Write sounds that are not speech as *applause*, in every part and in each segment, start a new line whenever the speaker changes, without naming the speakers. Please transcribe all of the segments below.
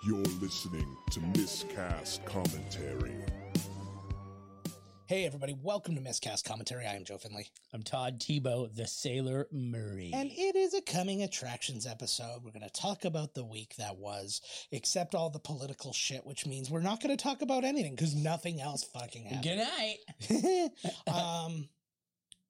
You're listening to Miscast Commentary.
Hey, everybody, welcome to Miscast Commentary. I am Joe Finley.
I'm Todd Tebow, the Sailor Murray.
And it is a coming attractions episode. We're going to talk about the week that was, except all the political shit, which means we're not going to talk about anything because nothing else fucking happened.
Good night.
*laughs* um,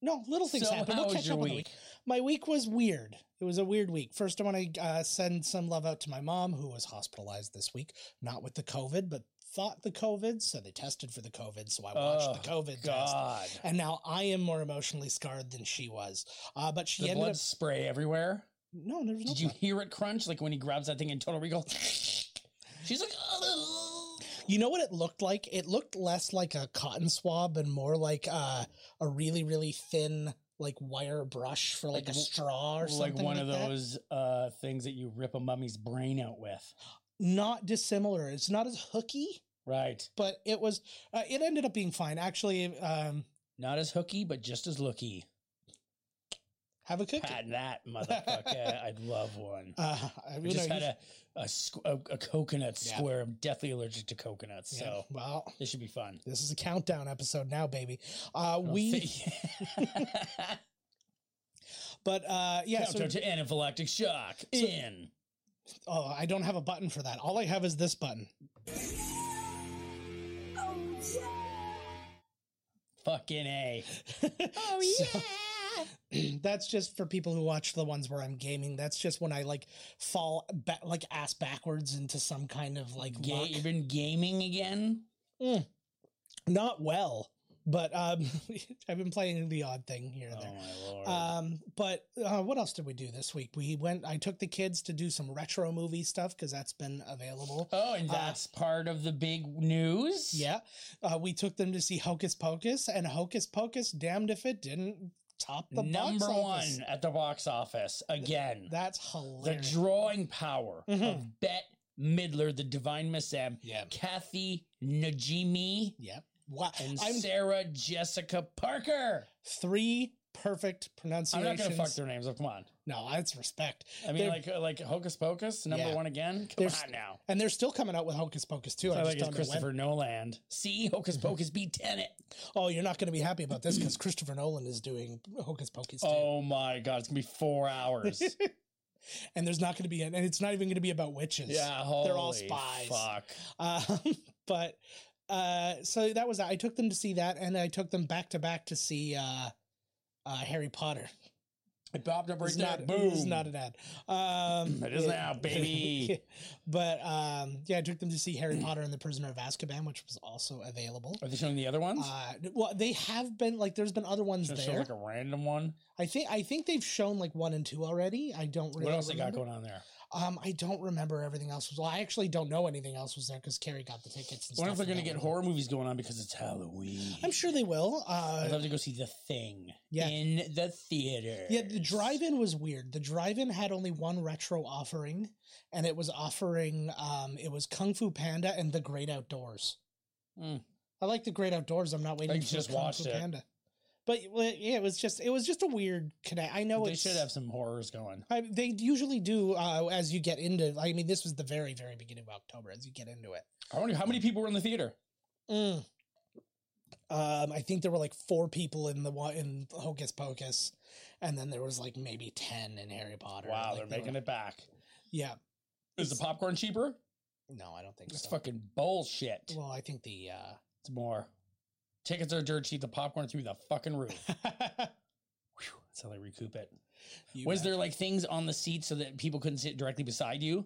no, little things
So
happen.
how
We'll
was
catch
your
up on the
week?
week. My week was weird. It was a weird week. First, I want to uh, send some love out to my mom, who was hospitalized this week, not with the COVID, but thought the COVID. So they tested for the COVID. So I watched the COVID test.
God.
And now I am more emotionally scarred than she was. Uh, but she
The
ended
blood
up.
spray everywhere.
No, there was no.
Did you
blood.
hear it crunch? Like when he grabs that thing in Total Recall. *laughs* She's like, "Ugh."
You know what it looked like? It looked less like a cotton swab and more like uh, a really, really thin, like wire brush for like,
Like
a
w-
straw or
like
something.
one of
that.
those uh, things that you rip a mummy's brain out with.
Not dissimilar. It's not as hooky,
Right.
but it was. Uh, it ended up being fine. Actually, um,
Not as hooky, but just as looky.
have a cookie. *laughs*
Patent that, motherfucker. I'd love one.
Uh, I
We
you
just
know,
had
you-
a, a, squ- a, a coconut
Yeah.
square. I'm deathly allergic to coconuts.
yeah,
So
well,
this should be fun.
this is a countdown episode now, baby.
*laughs*
Uh, we,
we.
but uh, yeah. so-
Countdown to anaphylactic shock. in.
oh, I don't have a button for that. All I have is this button. *laughs*
Fucking A.
Oh yeah. *clears throat* that's just for people who watch the ones where I'm gaming. That's just when I like fall ba- like ass backwards into some kind of like
Ga-
luck.
you've been gaming again?
Not well, but um *laughs* I've been playing the odd thing here and
Oh
there.
my lord.
Um, but uh, what else did we do this week? We went. I took the kids to do some retro movie stuff because that's been available.
oh, and that's part of the big news?
uh, Yeah, uh, we took them to see Hocus Pocus, and Hocus Pocus, damned if it didn't top the
Number
box office.
one at the box office again.
That's
the
hilarious.
drawing power
Mm-hmm.
of Bet Midler, the Divine Miss M,
Yeah.
Kathy Najimy,
Yep. Wow.
and
I'm
Sarah Jessica Parker.
three perfect
I'm not
pronunciations.
gonna fuck their names up. Come on.
No, that's respect.
I mean,
They're-
like like Hocus Pocus, number
Yeah.
one again. Come
There's-
on now.
and they're still coming out with Hocus Pocus too. I,
I
just
like it's
don't know when.
Christopher Nolan. See, *laughs* Hocus Pocus beat Tenet.
Oh, you're not going to be happy about this because Christopher Nolan is doing Hocus Pocus too,
Oh my god, it's gonna be
*laughs*
four hours.
and there's not going to be, an, and it's not even going to be about witches.
yeah, holy
They're all spies.
Fuck.
Um, *laughs* but uh, so that was that. I took them to see that, and I took them back to back to see uh, uh, Harry Potter.
It popped up right
It's
there.
not,
Boom.
It's not an ad. Um,
*laughs* It is now, baby.
*laughs* but um, yeah, I took them to see Harry Potter and the Prisoner of Azkaban, which was also available.
Are they showing the other ones?
Uh, well, they have been like there's been other ones
Just show
there.
like a random one.
I think I think they've shown like one and two already. I don't really.
what else they got
remember.
going on there?
Um, I don't remember everything else. Was, well, I actually don't know anything else was there because Carrie got the tickets. And
I wonder if
stuff
they're gonna get
available.
horror movies going on because it's Halloween.
I'm sure they will.
I'd
Uh,
love to go see the thing
Yeah.
in the theater.
yeah, the drive-in was weird. The drive-in had only one retro offering, and it was offering um, it was Kung Fu Panda and The Great Outdoors.
Mm.
I like The Great Outdoors. I'm not waiting
I
for
just
Kung Fu
watched it.
Panda. But well, yeah, it was just it was just a weird connect. I know
They
it's-
should have some horrors going.
I, they usually do uh, as you get into. I mean, this was the very, very beginning of October as you get into it.
I wonder how many people were in the theater.
Mm. Um, I think there were like four people in the one in Hocus Pocus, and then there was like maybe ten in Harry Potter.
Wow,
Like,
they're
they
making
were-
it back.
Yeah,
Is the popcorn cheaper?
no, I don't think
That's
so.
fucking bullshit.
well, I think the uh,
It's more. Tickets are dirt cheap. The popcorn through the fucking
*laughs*
roof. Whew, that's how they recoup it.
you
Was
bet.
there like things on the seat so that people couldn't sit directly beside you?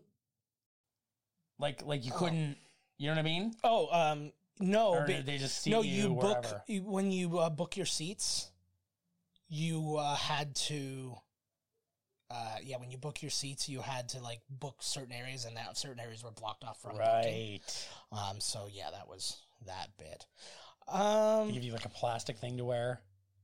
Like, like you couldn't. You know what I mean?
Oh, um, no,
Or
be-
did they just see
no,
you,
you book
wherever?
you, when you uh, book your seats. You uh, had to, uh, yeah, when you book your seats, you had to like book certain areas, and now certain areas were blocked off from booking.
Right.
Um, so yeah, that was that bit.
They
Um,
give you like a plastic thing to wear.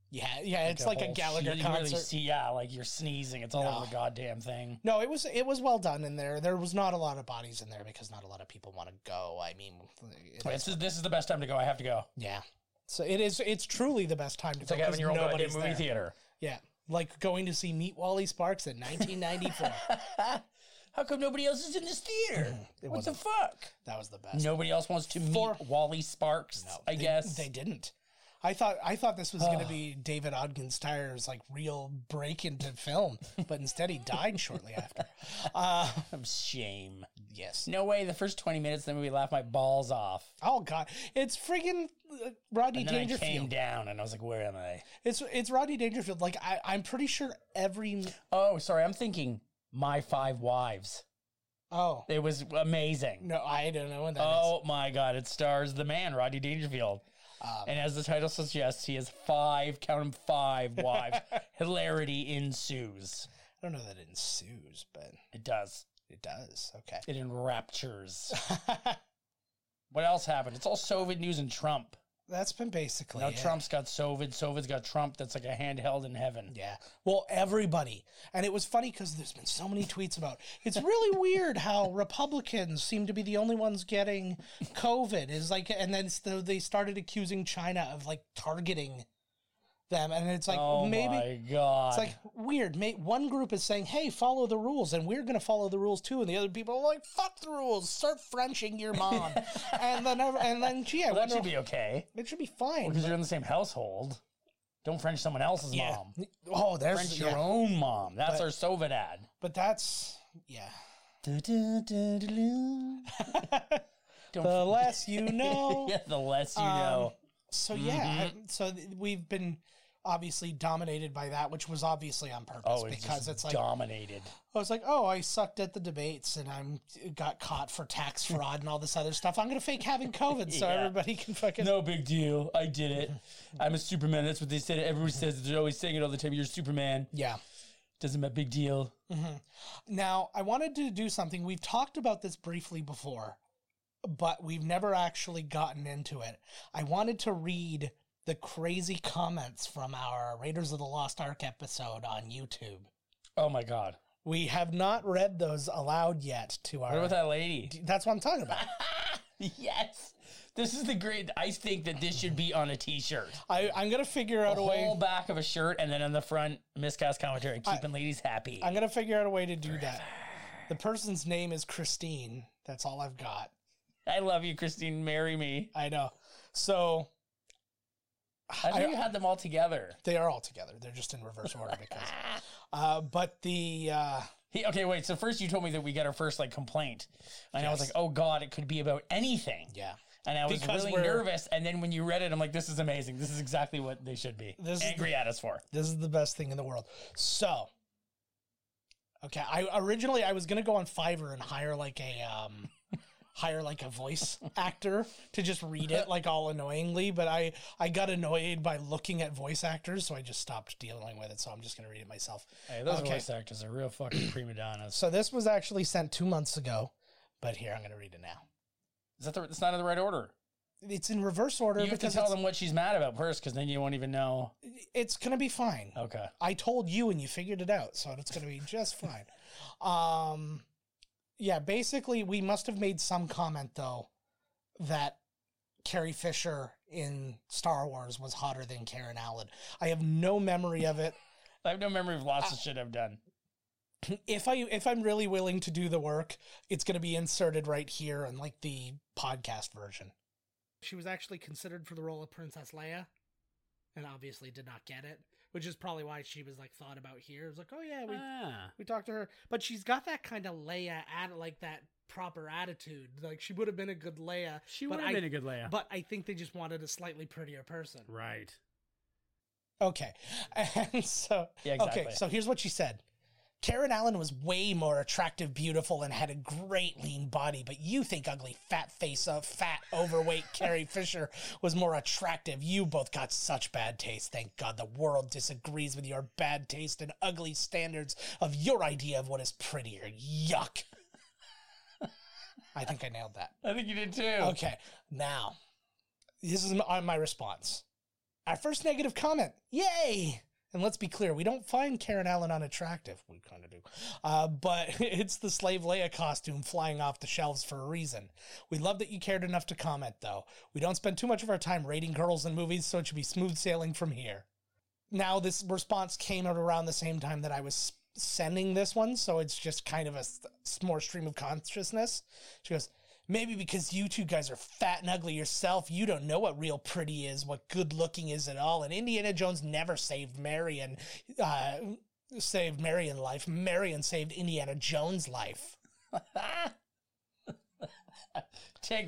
yeah, yeah, it's like a
whole
Gallagher
sheet. You really
concert.
see, yeah, like you're sneezing. It's all over the goddamn thing.
no, it was it was well done in there. There was not a lot of bodies in there because not a lot of people want to go. I mean,
Oh,
it-
This is this is the best time to go. I have to go.
yeah. So it is. It's truly the best time to
It's like having your own goddamn movie
there.
theater. *laughs*
Yeah, like going to see Meet Wally Sparks in 1994.
How come nobody else is in this theater?
*clears throat* It
what the
wasn't-
fuck?
That was the best.
Nobody else wants to meet
For-
Wally Sparks.
No,
I
they-
guess
they didn't. I thought I thought this was
*sighs*
going to be David Ogden's Tire's like real break into film, but instead he died shortly
*laughs*
after. Uh,
shame.
yes.
No way. The first twenty minutes, then we laugh my balls off.
Oh God, it's friggin' uh, Rodney
And then I came
Dangerfield.
down and I was like, where am I?
It's it's Rodney Dangerfield. Like I, I'm pretty sure every
Oh, sorry. I'm thinking my five wives.
oh
It was amazing.
no, I don't know what that is.
Oh my God! It stars the man Rodney Dangerfield,
Um,
and as the title suggests, he has five count 'em, five wives.
*laughs*
Hilarity ensues.
I don't know that it ensues, but
It does.
it does. Okay.
It enraptures. What else happened? It's all Soviet news and Trump.
*laughs* That's been basically
Now
it.
Trump's got Soviet. Soviet's got Trump. That's like a handheld in heaven.
Yeah. Well, everybody. And it was funny because there's been so many tweets about it's really *laughs* weird how Republicans seem to be the only ones getting COVID. Is like, and then so they started accusing China of like targeting them. And it's like,
oh
maybe.
my God!
It's like weird. Mate, one group is saying, "Hey, follow the rules," and we're going to follow the rules too. And the other people are like, "Fuck the rules! Start Frenching your
*laughs*
mom." and then, ev- and then, gee, I
Well, that
wonder-
should be okay
it should be fine.
because you're in the same household. Don't French someone else's
yeah.
mom.
Oh, there's
French your
yeah.
own mom. That's
But-
our Soviet ad.
But that's yeah.
*laughs* Don't
*laughs* The less you *laughs* know.
*laughs* yeah, the less you
Um,
know.
So yeah,
Mm-hmm.
I- so th- we've been obviously dominated by that, which was obviously on purpose
Oh, it's
because
just
it's like *laughs*
dominated.
I was like, oh, I sucked at the debates and I'm got caught for
*laughs*
tax fraud and all this other stuff. I'm gonna fake having COVID so
Yeah.
everybody can fucking
No big deal. I did
*laughs*
it. I'm a Superman. That's what they said. Everyone says they're always saying it all the time. You're Superman.
yeah.
Doesn't matter. Big deal.
Now I wanted to do something. We've talked about this briefly before, but we've never actually gotten into it. I wanted to read the crazy comments from our Raiders of the Lost Ark episode on YouTube.
Oh my god.
We have not read those aloud yet to our.
What about that lady?
That's what I'm talking about.
*laughs* yes. This is the great. I think that this should be on a T-shirt.
I, I'm gonna figure out a,
The whole
way.
back of a shirt, and then on the front, miscast commentary, keeping ladies happy.
I'm gonna figure out a way to do that. The person's name is Christine. That's all I've got.
I love you, Christine. Marry me.
I know. So
I think
I-
you had them all together.
they are all together. They're just in reverse order because. Uh, but the uh,
He, okay, wait. So first you told me that we got our first like complaint, and I was like,
Yes.
"Oh God, it could be about anything."
yeah,
And I was
Because
really
we're-
nervous. And then when you read it, I'm like, "This is amazing. This is exactly what they should be
This is
angry at us for."
this is the best thing in the world. So, okay, I originally I was gonna go on Fiverr and hire like a um, *laughs* hire like a voice actor to just read it like all annoyingly, but I I got annoyed by looking at voice actors, so I just stopped dealing with it. So I'm just gonna read it myself.
Hey, those
Okay.
voice actors are real fucking *clears throat* prima donnas.
So this was actually sent two months ago, but here I'm gonna read it now.
Is that the, it's not in the right order?
It's in reverse order
You have to
because
tell
it's,
them what she's mad about first, because then you won't even know.
it's gonna be fine.
Okay.
I told you and you figured it out, so it's going to be just fine. Um, yeah, basically, we must have made some comment though that Carrie Fisher in Star Wars was hotter than Karen Allen. I have no memory of it. *clears throat*
I have no memory of lots
Ah.
of shit I've done.
If I if I'm really willing to do the work, it's going to be inserted right here on like the podcast version. She was actually considered for the role of Princess Leia, and obviously did not get it, which is probably why she was like thought about here. It was like, oh yeah, we
Ah.
we talked to her, but she's got that kind of Leia at like that proper attitude. Like she would have been a good Leia,
She
But would've I- been a
good Leia.
but I think they just wanted a slightly prettier person.
right.
Okay, *laughs* and so
Yeah, exactly.
okay, so here's what she said. Karen Allen was way more attractive, beautiful, and had a great lean body, but you think ugly, fat face of fat, overweight *laughs* Carrie Fisher was more attractive. You both got such bad taste. Thank God the world disagrees with your bad taste and ugly standards of your idea of what is prettier. Yuck. *laughs* I think I nailed that.
I think you did too.
Okay, now this is my, my response. Our first negative comment. Yay! And let's be clear, we don't find Karen Allen unattractive. We kind of do. Uh, but *laughs* it's the Slave Leia costume flying off the shelves for a reason. We love that you cared enough to comment, though. We don't spend too much of our time rating girls in movies, so it should be smooth sailing from here. Now, this response came out around the same time that I was sending this one, so it's just kind of a s- s- more stream of consciousness. She goes, Maybe because you two guys are fat and ugly yourself, you don't know what real pretty is, what good looking is at all. And Indiana Jones never saved Marion, uh, saved Marion life. Marion saved Indiana Jones life.
Take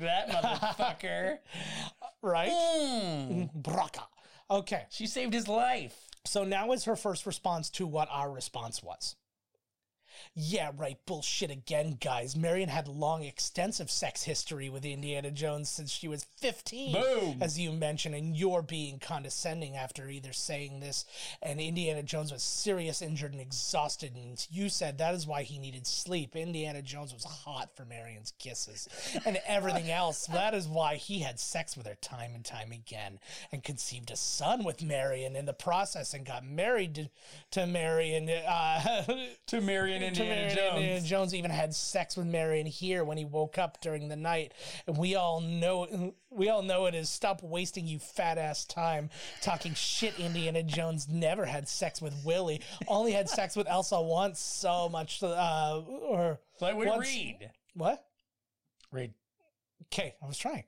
*laughs*
that, motherfucker.
Right?
Hmm.
Braca. Okay.
She saved his life.
So now is her first response to what our response was. Yeah, right, bullshit again, guys. Marion had long, extensive sex history with Indiana Jones since she was 15.
Boom.
As you mentioned, and you're being condescending after either saying this, and Indiana Jones was serious, injured, and exhausted, and you said that is why he needed sleep. Indiana Jones was hot for Marion's kisses and everything else. That is why he had sex with her time and time again, and conceived a son with Marion in the process, and got married to, to Marion. Uh, *laughs*
To Marion
to
Indiana
Marion
Jones.
Indiana Jones even had sex with Marion here when he woke up during the night. And we all know we all know it is stop wasting you fat ass time talking shit Indiana Jones never had sex with Willie. Only had sex with Elsa once so much uh or
Play with
once-
Reed.
What?
Reed.
Okay, I was trying.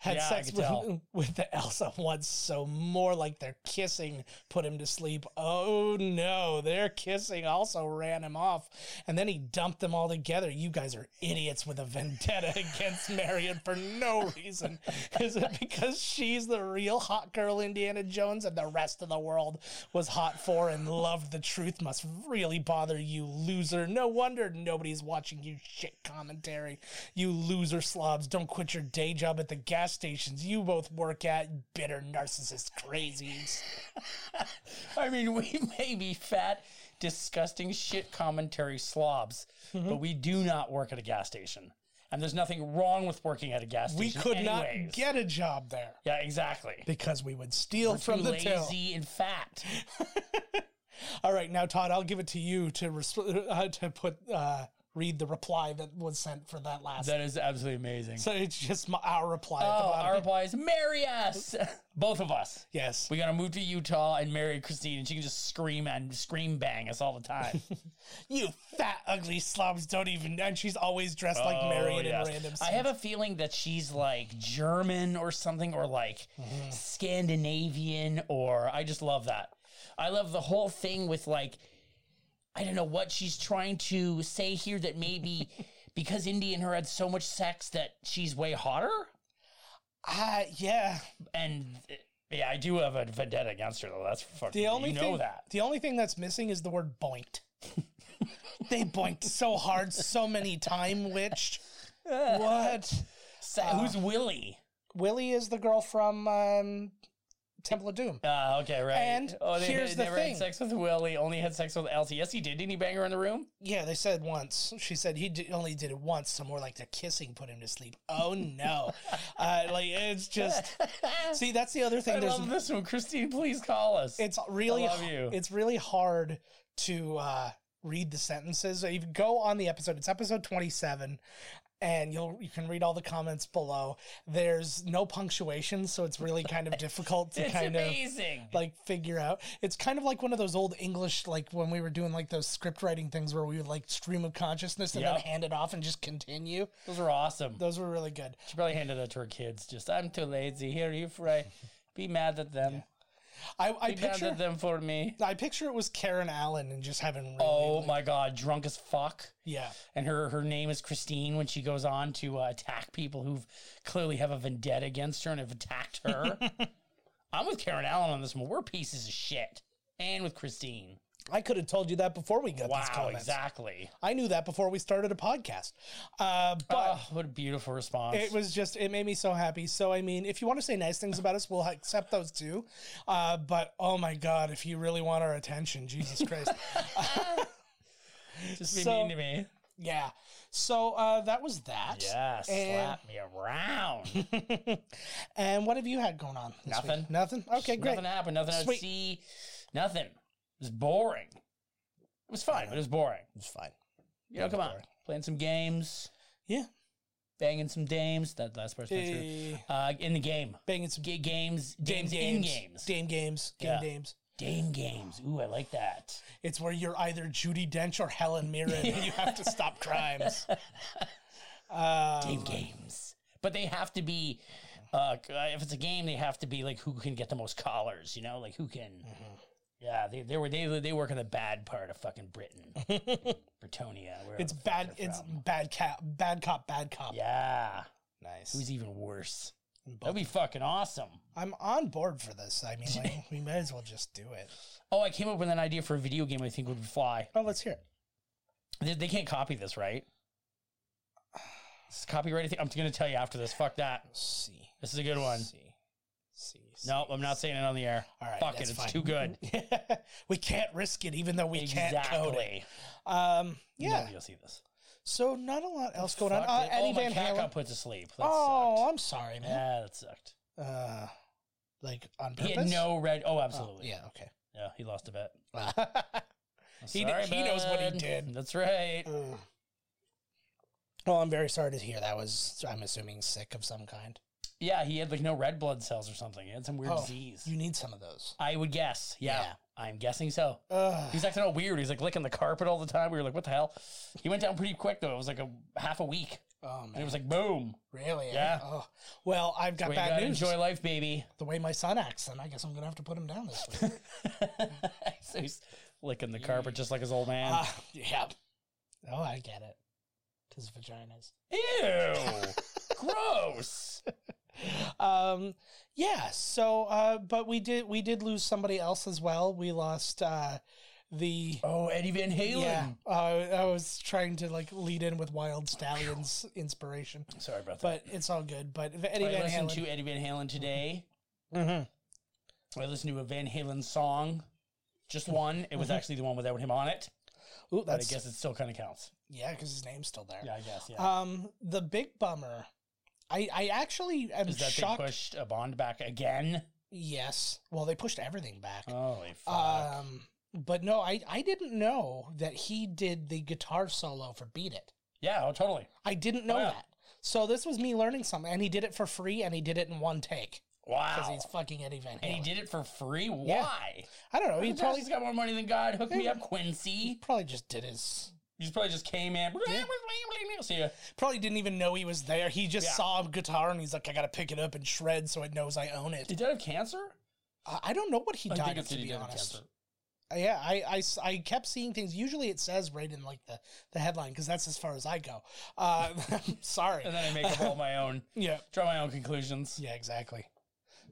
Had
Yeah, I
sex
could
with,
tell.
*laughs* with the Elsa once, so more like their kissing put him to sleep. Oh no, their kissing also ran him off. And then he dumped them all together. You guys are idiots with a vendetta *laughs* against Marion for no reason. Is it because she's the real hot girl Indiana Jones and the rest of the world was hot for and loved the truth must really bother you, loser. No wonder nobody's watching you shit commentary. You loser slobs, don't quit your day job at the gas stations you both work at, bitter narcissist crazies.
I mean, *laughs* we may be fat, disgusting shit commentary slobs,
Mm-hmm.
but we do not work at a gas station. And there's nothing wrong with working at a gas
We
station.
could
anyways.
not get a job there
Yeah, exactly.
because we would steal from
Too
the
lazy
till.
and fat.
All right, now Todd, I'll give it to you to res- *laughs* uh, to put uh, read the reply that was sent for that last.
That is absolutely amazing.
so *laughs* it's just my, our reply at the
oh,
bottom.
our reply is marry us, both of us.
yes.
We gotta move to Utah and marry Christine, and she can just scream and scream bang us all the time.
You fat, ugly slobs don't even. And she's always dressed like Marion in *laughs* random.
Oh, I have a feeling that she's like German or something, or like
Mm-hmm.
Scandinavian, or I just love that. I love the whole thing with like, I don't know what she's trying to say here
*laughs*
that maybe because Indy and her had so much sex that she's way hotter.
Ah, yeah.
And uh, yeah, I do have a vendetta against her though. That's fucking.
The only
you know
thing
that.
the only thing that's missing is the word
*laughs*
boinked. they boinked so hard, so many time. Which what? uh,
Sa- Who's Willie?
Willie is the girl from um, Temple of Doom.
Ah, okay, right.
uh, and here's the
never
thing.
had sex with Willie. Only had sex with Elsie. Yes, he did. Didn't he bang her in
*laughs*
the room?
Yeah, they said once. She said he d- only did it once, so more like the kissing put him to sleep. Oh no,
*laughs*
uh, like it's just. See, that's the other thing.
I
There's
love this one, Christine. Please call us.
it's really
I love
h-
you.
it's really hard to uh, read the sentences. So you can go on the episode. It's episode twenty seven, and you'll you can read all the comments below. There's no punctuation, so it's really kind of difficult to
*laughs* It's
kind of
amazing.
like figure out. It's kind of like one of those old English, like when we were doing like those script writing things where we would like stream of consciousness and then
Yep.
hand it off and just continue.
Those are awesome.
Those were really good.
She probably handed that to her kids. Just I'm too lazy. Here you
*laughs*
fry. Be mad at them.
I, I
Be mad
picture
at them
*laughs*
for me.
I picture it was Karen Allen and just having really,
Oh my god, drunk as fuck.
yeah
And her her name is Christine when she goes on to uh, attack people who clearly have a vendetta against her and have attacked
*laughs*
her. I'm with Karen Allen on this one. We're pieces of shit. And with Christine.
I could have told you that before we got these
Wow,
comments.
exactly.
I knew that before we started a podcast. Uh, but
Oh, what a beautiful response.
It was just, it made me so happy. So, I mean, if you want to say nice things about us, we'll accept those too. Uh, but oh my God, if you really want our attention, Jesus
*laughs*
Christ.
Just be
so-
mean to me.
yeah. So uh, that was that.
Yeah,
And,
slap me around.
*laughs* and what have you had going on? this week?
Nothing.
Nothing? Okay, great.
Nothing happened. Nothing
Sweet.
to see. Nothing. It was boring. It was fun, but it was boring.
It's fine.
You know, come on.
boring.
Playing some games,
Yeah.
banging some dames. That last part's not true.
Eh,
Uh, in the game.
banging some
G- games,
game
games, in
games.
games.
Game games. Game
Yeah.
games.
Dame games. Ooh, I like that.
It's where you're either Judy Dench or Helen Mirren and you have to stop crimes. Um,
Dame games. But they have to be. Uh, if it's a game, they have to be like who can get the most collars. You know, like who can.
Mm-hmm.
Yeah, they, they were they they work in the bad part of fucking
*laughs*
Britain, Britonia. wherever
It's
the fuck
bad.
they're
It's
from.
bad cop. Bad cop. Bad cop.
yeah.
Nice.
Who's even worse?
Both.
That'd be fucking awesome.
I'm on board for this. I mean, like, we may as well just do it.
Oh, I came up with an idea for a video game I think would fly.
Oh, let's hear it.
They, they can't copy this, right? *sighs* It's copyrighted. thing- I'm going to tell you after this. Fuck that.
See.
This is a good one.
See. See. see.
No, I'm not saying it on the air.
All right,
Fuck it.
that's
It's
fine.
too good.
*laughs* we can't risk it, even though we can't code it.
exactly.
Um, yeah.
Nobody will see this.
So not a lot else going on.
Fuck
Uh,
it.
Eddie
oh,
Van
my cat
Halen.
got put to sleep. That
oh,
sucked.
I'm sorry, man.
Yeah, that sucked.
Uh, like on
He
purpose.
had no red. Oh,
Oh,
absolutely.
yeah. Okay.
yeah. he lost a bet.
*laughs* Oh,
I'm
He kn- he knows what he
bud.
did.
That's right.
Mm. well, I'm very sorry to hear that was. I'm assuming sick of some kind.
Yeah, he had like no red blood cells or something. He had some weird
Oh,
disease.
You need some of those.
I would guess. Yeah,
Yeah.
I'm guessing so.
Ugh.
He's acting all weird. He's like licking the carpet all the time. We were like, what the hell? He went down pretty quick though. It was like a half a week.
oh
And it
man,
was like boom.
really? eh?
Yeah.
Oh. Well, I've got
We
bad
gotta
news.
enjoy life, baby.
The way my son acts, then I guess I'm gonna have to put him down this
*laughs*
week.
so he's licking the carpet just like his old man.
Ah, yeah. Oh, I get it. Because vaginas.
Ew. *laughs* Gross.
um yeah so uh but we did we did lose somebody else as well we lost uh the
Oh, Eddie Van Halen.
yeah uh, i was trying to like lead in with wild stallions inspiration
Sorry about that.
but it's all good but the eddie
I
van
listened
halen
to Mm-hmm. Eddie Van Halen Mm-hmm. today.
Mhm.
I listened to a Van Halen song. Just one. It was actually the one without him on it.
Ooh,
But
that's
I guess it still kind of counts.
yeah because his name's still there
Yeah, I guess. Yeah.
um the big bummer i i actually am
Is that
shocked
they pushed a Bond back again?
yes well they pushed everything back
Holy Oh, fuck.
um but no i i didn't know that he did the guitar solo for beat it
yeah, oh, totally.
I didn't know
Wow.
that. So this was me learning something, and he did it for free, and he did it in one take because
Wow.
he's fucking Eddie Van Halen.
and he did it for free?
Yeah.
Why?
I don't know.
He
He probably
has got more money than God. Hook me up, Quincy.
probably just did his.
He's probably just came in. See ya.
Probably didn't even know he was there. He just
Yeah.
saw a guitar, and he's like, "I gotta pick it up and shred so it knows I own it."
He died of cancer?
I I don't know what he
I
died
think
of,
it's
to
that he
be
died of
honest.
cancer.
Yeah, I, I s- I kept seeing things. Usually, it says right in like the, the headline because that's as far as I go. Uh, *laughs* I'm sorry.
And then I make up all my own,
Yeah,
draw my own conclusions.
yeah, exactly.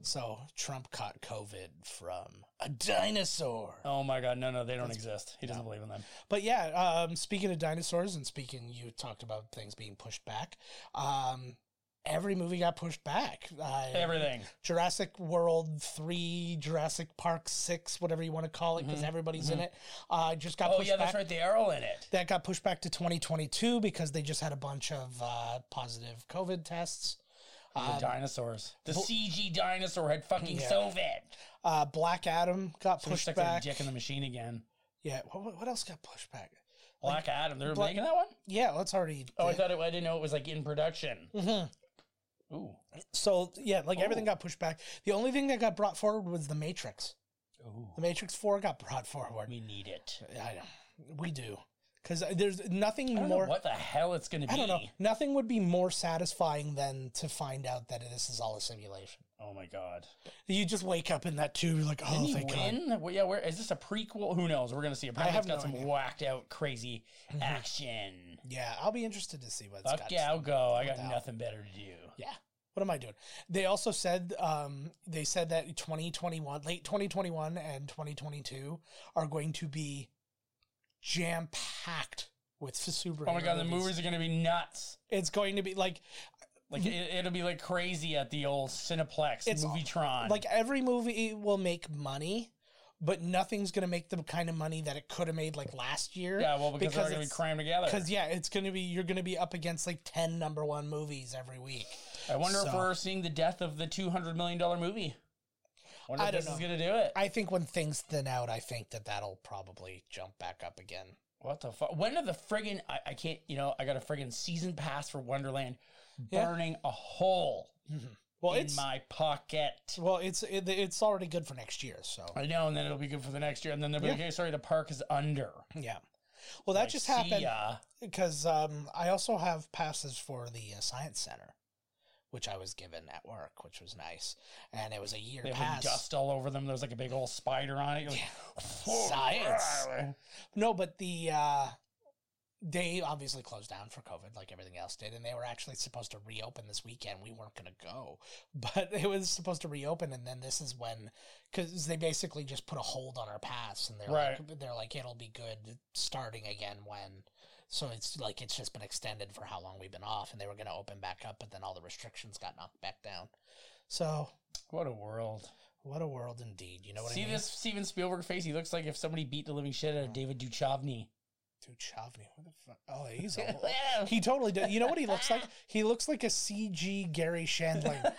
So Trump caught COVID from a dinosaur.
Oh my god, no, no, they don't exist. He doesn't
no.
believe in them.
But yeah, um, speaking of dinosaurs and speaking, you talked about things being pushed back. Um, every movie got pushed back. Uh,
Everything.
Jurassic World 3, Jurassic Park 6, whatever you want to call it, because everybody's in it, uh, just got
Mm-hmm. Oh
pushed
yeah,
back.
that's right. They are all in it.
That got pushed back to 2022 because they just had a bunch of uh, positive COVID tests.
the dinosaurs. The CG dinosaur had fucking
Um, Yeah.
Soviet.
Uh, Black Adam got pushed
Pushed
back.
back. Dick in the machine again.
Yeah, what, what- what else got pushed back?
Black Adam. They're
Black-
making that one.
Yeah, well, it's already.
Oh, I thought it, I didn't know it was like in production.
Mhm.
Ooh.
So yeah, like everything
Oh.
got pushed back. The only thing that got brought forward was The Matrix. The
Ooh.
Matrix Four got brought forward.
We need it.
I know we do because there's nothing
I don't
more.
know what the hell it's gonna be.
I don't know. Nothing would be more satisfying than to find out that this is all a simulation.
Oh my god.
You just wake up in that tube, you're like,
Didn't
oh,
he
thank God.
win? Well, yeah, where is this a prequel? Who knows? We're gonna see. Apparently,
have
it's got
no
some
idea.
whacked out, crazy action.
Yeah, I'll be interested to see what it's
Fuck
got.
yeah, I'll go. I got
without-
nothing better to do.
Yeah. What am I doing? They also said um, they said that 2021, late 2021 and 2022 are going to be jam packed with *laughs* super.
Oh my god, the movies are gonna be nuts.
It's going to be like
Like it, it'll be like crazy at the old Cineplex
Mm-hmm. It's-
MovieTron.
like every movie will make money, but nothing's going to make the kind of money that it could have made like last year.
yeah, well, because, they're all gonna be
it's-
crammed together.
Because yeah, it's gonna be you're gonna be up against like ten number one movies every week.
I wonder if
so-
we're seeing the death of the two hundred million dollar movie. Wonder
I
if
don't
this is
know.
gonna do it.
I think when things thin out, I think that that'll probably jump back up again.
what the fuck? When are the friggin' I, I can't. You know, I got a friggin' season pass for Wonderland,
Yeah.
burning a hole.
Well,
Mm-hmm. in
it's
my pocket.
well, it's it, it's already good for next year. So
I know, and then it'll be good for the next year. And then they'll be like,
Yeah.
okay, sorry, the park is under.
yeah. Well, that
Like,
just
see uh,
happened
ya.
because um, I also have passes for the uh, science center, which I was given at work, which was nice, and it was a year
They have
pass.
dust all over them. There's like a big old spider on it. You're like, *laughs* "Whoa,
Science.
wow."
No, but the uh, they obviously closed down for COVID, like everything else did, and they were actually supposed to reopen this weekend. We weren't going to go, *laughs* but it was supposed to reopen, and then this is when because they basically just put a hold on our pass, and they're like, they're like it'll be good starting again when. So it's like it's just been extended for how long we've been off, and they were going to open back up, but then all the restrictions got knocked back down. So
What a world.
what a world indeed. You know what
See
I mean?
this Steven Spielberg face? He looks like if somebody beat the living shit out of David Duchovny.
Dude, Chavney, what the fuck? Oh, he's
*laughs*
old.
he
He totally does. You know what he looks like? He looks like a CG Gary Shandling.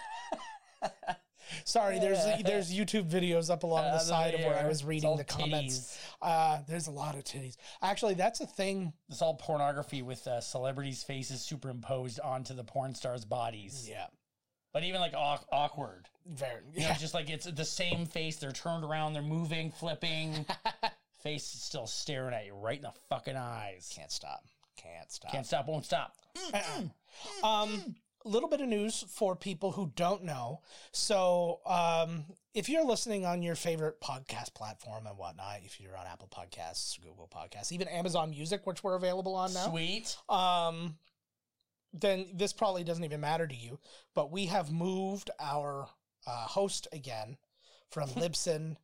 Sorry, there's there's YouTube videos up along the side of where I was reading the comments. Uh, there's a lot of titties. Actually, that's a thing.
It's all pornography with uh, celebrities' faces superimposed onto the porn stars' bodies.
Yeah,
But even like aw- awkward,
very.
you know,
Yeah,
just like it's the same face. They're turned around. They're moving,
*laughs*
flipping. face is still staring at you right in the fucking eyes.
can't stop. Can't stop.
Can't stop, won't stop.
Uh-uh. *clears throat* Um, little bit of news for people who don't know. So, um, if you're listening on your favorite podcast platform and whatnot, if you're on Apple Podcasts, Google Podcasts, even Amazon Music, which we're available on now,
Sweet.
um, then this probably doesn't even matter to you. But we have moved our uh, host again
*laughs*
from Libsyn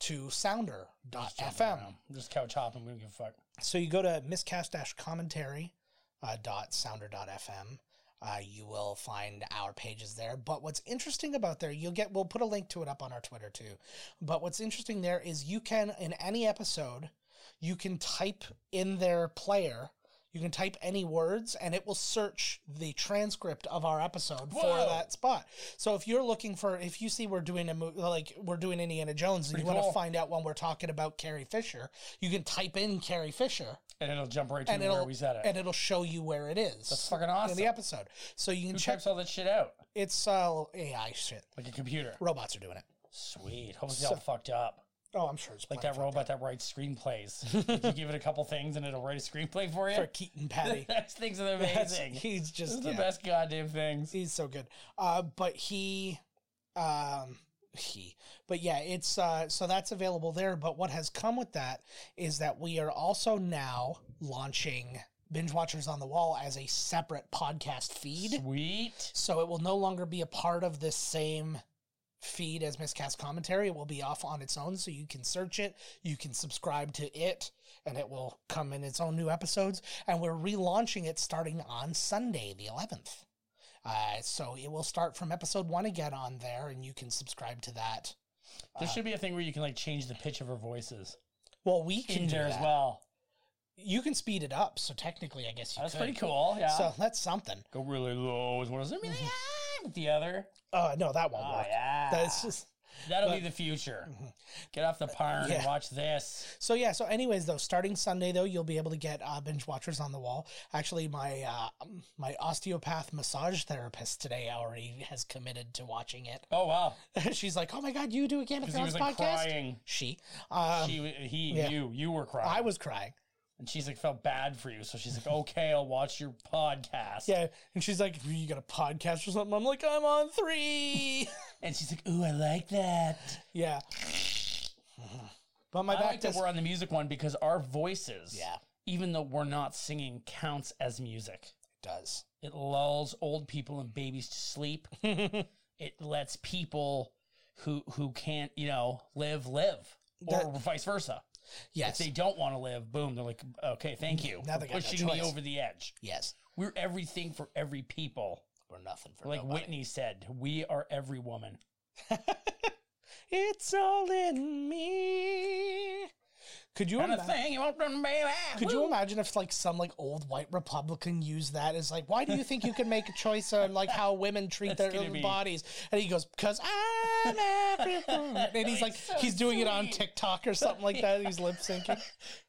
to
Just jumping
sounder.fm.
around. Ah, Just couch hopping. We don't give a fuck.
So you go to miscast commentary uh, dot sounder dot fm. Uh, you will find our pages there. But what's interesting about there, you'll get, we'll put a link to it up on our Twitter too. But what's interesting there is you can, in any episode, you can type in their player, you can type any words, and it will search the transcript of our episode for
Whoa.
that spot. So if you're looking for, if you see we're doing a movie, like we're doing Indiana Jones, and
Pretty
you want
cool.
to find out when we're talking about Carrie Fisher, you can type in Carrie Fisher
And it'll jump right to
and
where
it'll
we said it.
and it'll show you where it is.
That's fucking
in
awesome.
the episode. So you can
Who
check.
types all that shit out?
It's uh, AI shit.
Like a computer.
Robots are doing it.
Sweet. Hope it's all fucked up.
Oh, I'm sure it's
Like
plenty
that robot that writes
*laughs*
screenplays. Like, you give it a couple things and it'll write a screenplay for you.
for Keaton
*laughs*
Patty.
That's things are
That's-
amazing.
he's
this
just
is the
yeah.
best goddamn things.
He's so good. Uh, but he, um, he, but yeah, it's uh, so that's available there. But what has come with that is that we are also now launching Binge Watchers on the Wall as a separate podcast feed.
Sweet.
So it will no longer be a part of this same feed as Miscast Commentary. It will be off on its own, so you can search it, you can subscribe to it, and it will come in its own new episodes. And we're relaunching it starting on Sunday, the 11th. Uh, so it will start from episode one again on there, and you can subscribe to that. Uh,
There should be a thing where you can like change the pitch of her voices
Well, we can
in
do
there
that.
as well.
You can speed it up, so technically, I guess you
That's
could.
pretty cool. Yeah.
So that's something.
Go really low with one of those. *laughs* with the other.
Uh, no, that won't
Oh
work.
yeah.
That's just
That'll be the future. Get off the pyre and
yeah.
watch this.
So yeah, so anyways though, starting Sunday though, you'll be able to get uh, binge watchers on the wall. Actually, my uh, um, my osteopath massage therapist today already has committed to watching it. *laughs*
Oh wow!
She's like, "Oh my god, you do a Game of Thrones
Because he was like
podcast?"
crying.
She, um,
She, he,
yeah.
you, you were crying.
I was crying.
and she's like felt bad for you, so she's
*laughs*
like, "Okay, I'll watch your podcast."
Yeah, and she's like, "You got a podcast or something?" I'm like, "I'm on three. *laughs*
And she's like, "Ooh, I like that." *laughs*
yeah, but my
I
back
like that
does.
we're on the music one because our voices,
Yeah,
even though we're not singing, counts as music.
it does.
It lulls old people and babies
*laughs*
to sleep. it lets people who who can't, you know, live live, or vice versa.
Yes,
If they don't want to live, boom, they're like, okay, thank you
Now
for
they got no
pushing me
choice.
over the edge.
yes,
We're everything for every people.
we're nothing for
Like
nobody.
Whitney said, we are every woman.
*laughs* It's all in me. Could you
And a
imagine?
thing you won't run, baby.
Could
Woo.
you imagine if like some like old white Republican used that as like, why do you think you can make a choice on like how women treat their
That's gonna be-
bodies? And he goes, because I'm every woman. And he's
It's
like,
so
he's doing it on
sweet.
TikTok or something like that. He's lip syncing.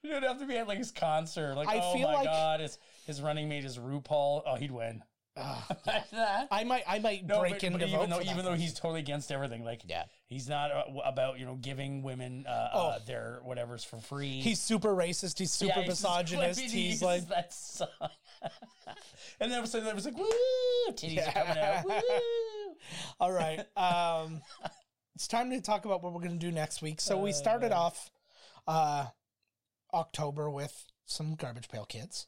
You don't have to be at like his concert. Like,
I
oh
feel
my
like-
god, his his running mate is RuPaul. Oh, he'd win. *laughs*
Ah,
that.
I might, I might
No,
break
but,
into vote
but even though
for that
even though
one.
he's totally against everything, like
Yeah.
he's not uh, w- about you know giving women uh, uh, their whatever's for free.
Oh. he's super racist, he's super
Yeah, he's just
misogynist,
claiming
he's,
he *laughs* uses
like,
that song. and then all of a sudden there was like woo titties are coming
*laughs*
out. Woo.
all right, um, it's time to talk about what we're gonna do next week. So we started off uh, October with some garbage pail kids.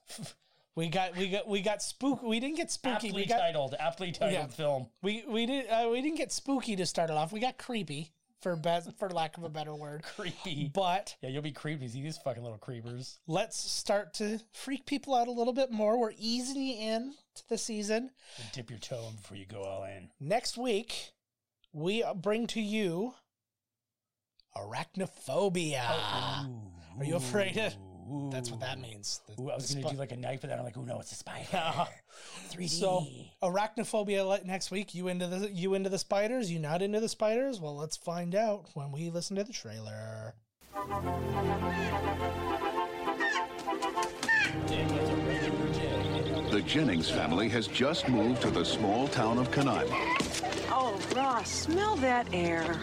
We got we got we got spook. We didn't get spooky.
Aptly
we got
titled, aptly titled
Yeah.
film.
we we did uh, we didn't get spooky to start it off. We got creepy for best for lack of a better word.
Creepy.
But
yeah, you'll be creeped when you see these fucking little creepers.
let's start to freak people out a little bit more. We're easing you in to the season.
You dip your toe in before you go all in.
Next week, we bring to you arachnophobia.
Ooh.
Ah. Are you afraid of-
Ooh.
That's what that means. The-
Ooh, I was
the
gonna
spi-
do like a knife, but then I'm like, oh no, it's a spider. *laughs* 3D.
So arachnophobia le- next week. You into the you into the spiders? You not into the spiders? Well, let's find out when we listen to the trailer.
The Jennings family has just moved to the small town of Canaima.
Oh, Ross, smell that air.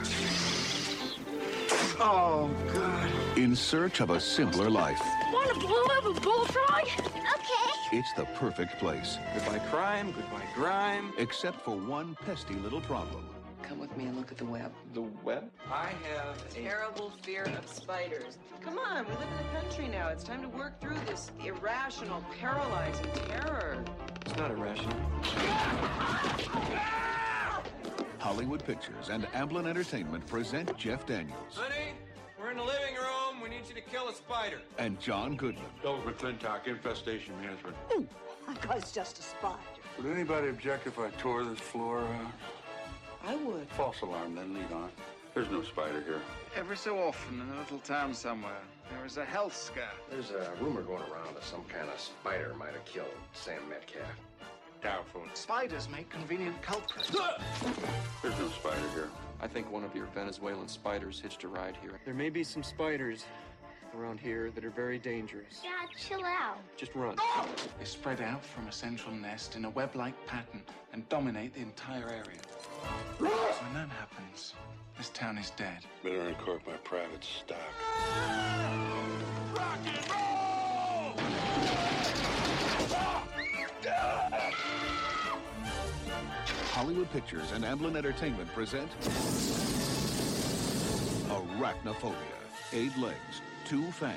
Oh, God.
In search of a simpler life,
Want to blow up a bullfrog? Okay.
it's the perfect place,
Goodbye crime, goodbye grime.
except for one pesky little problem.
Come with me and look at the web.
The web? I have
Terrible fear of spiders. Come on, we live in the country now. It's time to work through this irrational, paralyzing terror.
It's not irrational.
Hollywood Pictures and Amblin Entertainment present Jeff Daniels
Honey, we're in the living room. We need you to kill a spider.
and John Goodman.
Bill McClintock, Infestation Management.
That guy's just a spider.
Would anybody object if I tore this floor uh, out?
I would.
False alarm, then lead on. There's no spider here.
Every so often, in a little town somewhere, there is a health scare.
There's a rumor going around that some kind of spider might have killed Sam Metcalf.
Doubtful.
Spiders make convenient culprits.
*laughs* There's no spider here.
I think one of your Venezuelan spiders hitched a ride here.
There may be some spiders around here that are very dangerous.
Dad, chill out.
Just run.
Oh! They spread out from a central nest in a web like pattern and dominate the entire area. when that happens, this town is dead.
Better uncork my private stock.
Hollywood Pictures and Amblin Entertainment present Arachnophobia. Eight legs, two fangs,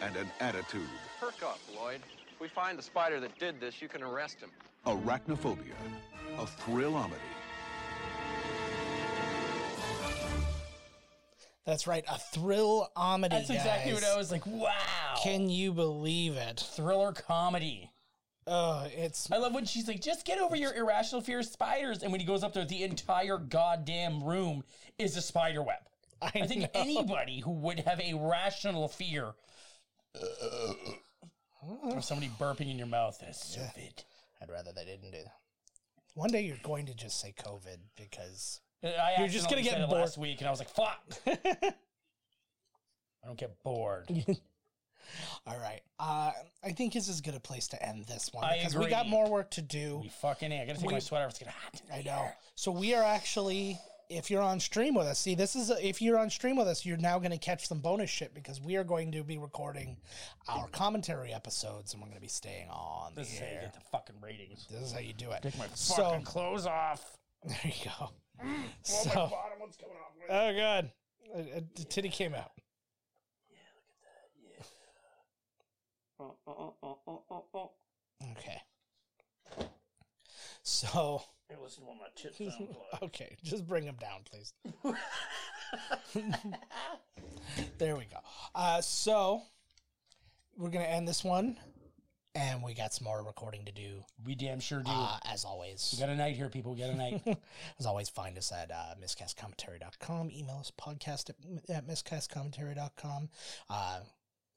and an attitude.
Perk up, Lloyd. If we find the spider that did this, you can arrest him.
Arachnophobia, a thrillometer.
That's right, a thrill comedy.
That's exactly what I was like. Wow,
Can you believe it?
thriller comedy.
Oh, it's
I love when she's like, just get over your irrational fear of spiders. And when he goes up there, the entire goddamn room is a spider web.
I,
I think
know.
anybody who would have a rational fear Uh. of somebody burping in your mouth is stupid.
I'd rather they didn't do that. One day you're going to just say COVID because
I
You're just gonna
accidentally
get
said it
bored.
last week, and I was like, fuck. *laughs* I don't get bored.
all right. Uh, I think this is a good a place to end this one
I
because we got
agree.
more work to do.
We fucking I gotta take
We-
my sweater off. It's gonna hot. in
I know.
here.
So we are actually, if you're on stream with us, see, this is if you're on stream with us, you're now going to catch some bonus shit because we are going to be recording our commentary episodes and we're going to be staying on
This is
the
how you
air.
get the fucking ratings.
This is how you do it.
Take my fucking
so
clothes off.
there you go. so, Oh god, a, a- the titty came out. Okay. So
Hey, listen to what my
*laughs*
tits sound like.
okay, just bring him down,
*laughs*
please. there we go. Uh, so we're gonna end this one, and we got some more recording to do.
We damn sure do.
Uh, as always,
we got a night here, people. We got a night. *laughs*
*laughs* As always, find us at uh, miscastcommentary.com. Email us podcast at, at miscastcommentary.com. Uh,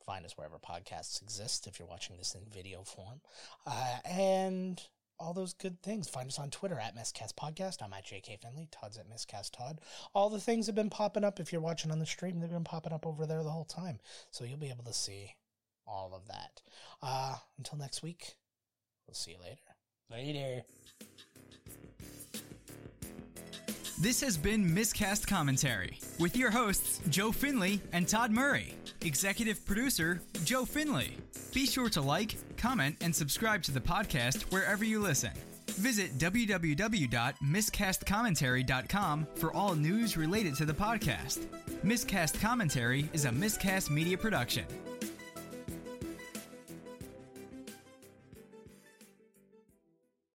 find us wherever podcasts exist if you're watching this in video form. Uh, and all those good things. Find us on Twitter at Miscast Podcast. I'm at JK Finley. Todd's at Miscast Todd. All the things have been popping up. If you're watching on the stream, they've been popping up over there the whole time. So you'll be able to see all of that. Uh, until next week, we'll see you later.
Later.
This has been Miscast Commentary with your hosts, Joe Finley and Todd Murray. Executive producer, Joe Finley. Be sure to like, comment, and subscribe to the podcast wherever you listen. Visit www.miscastcommentary.com for all news related to the podcast. Miscast Commentary is a miscast media production.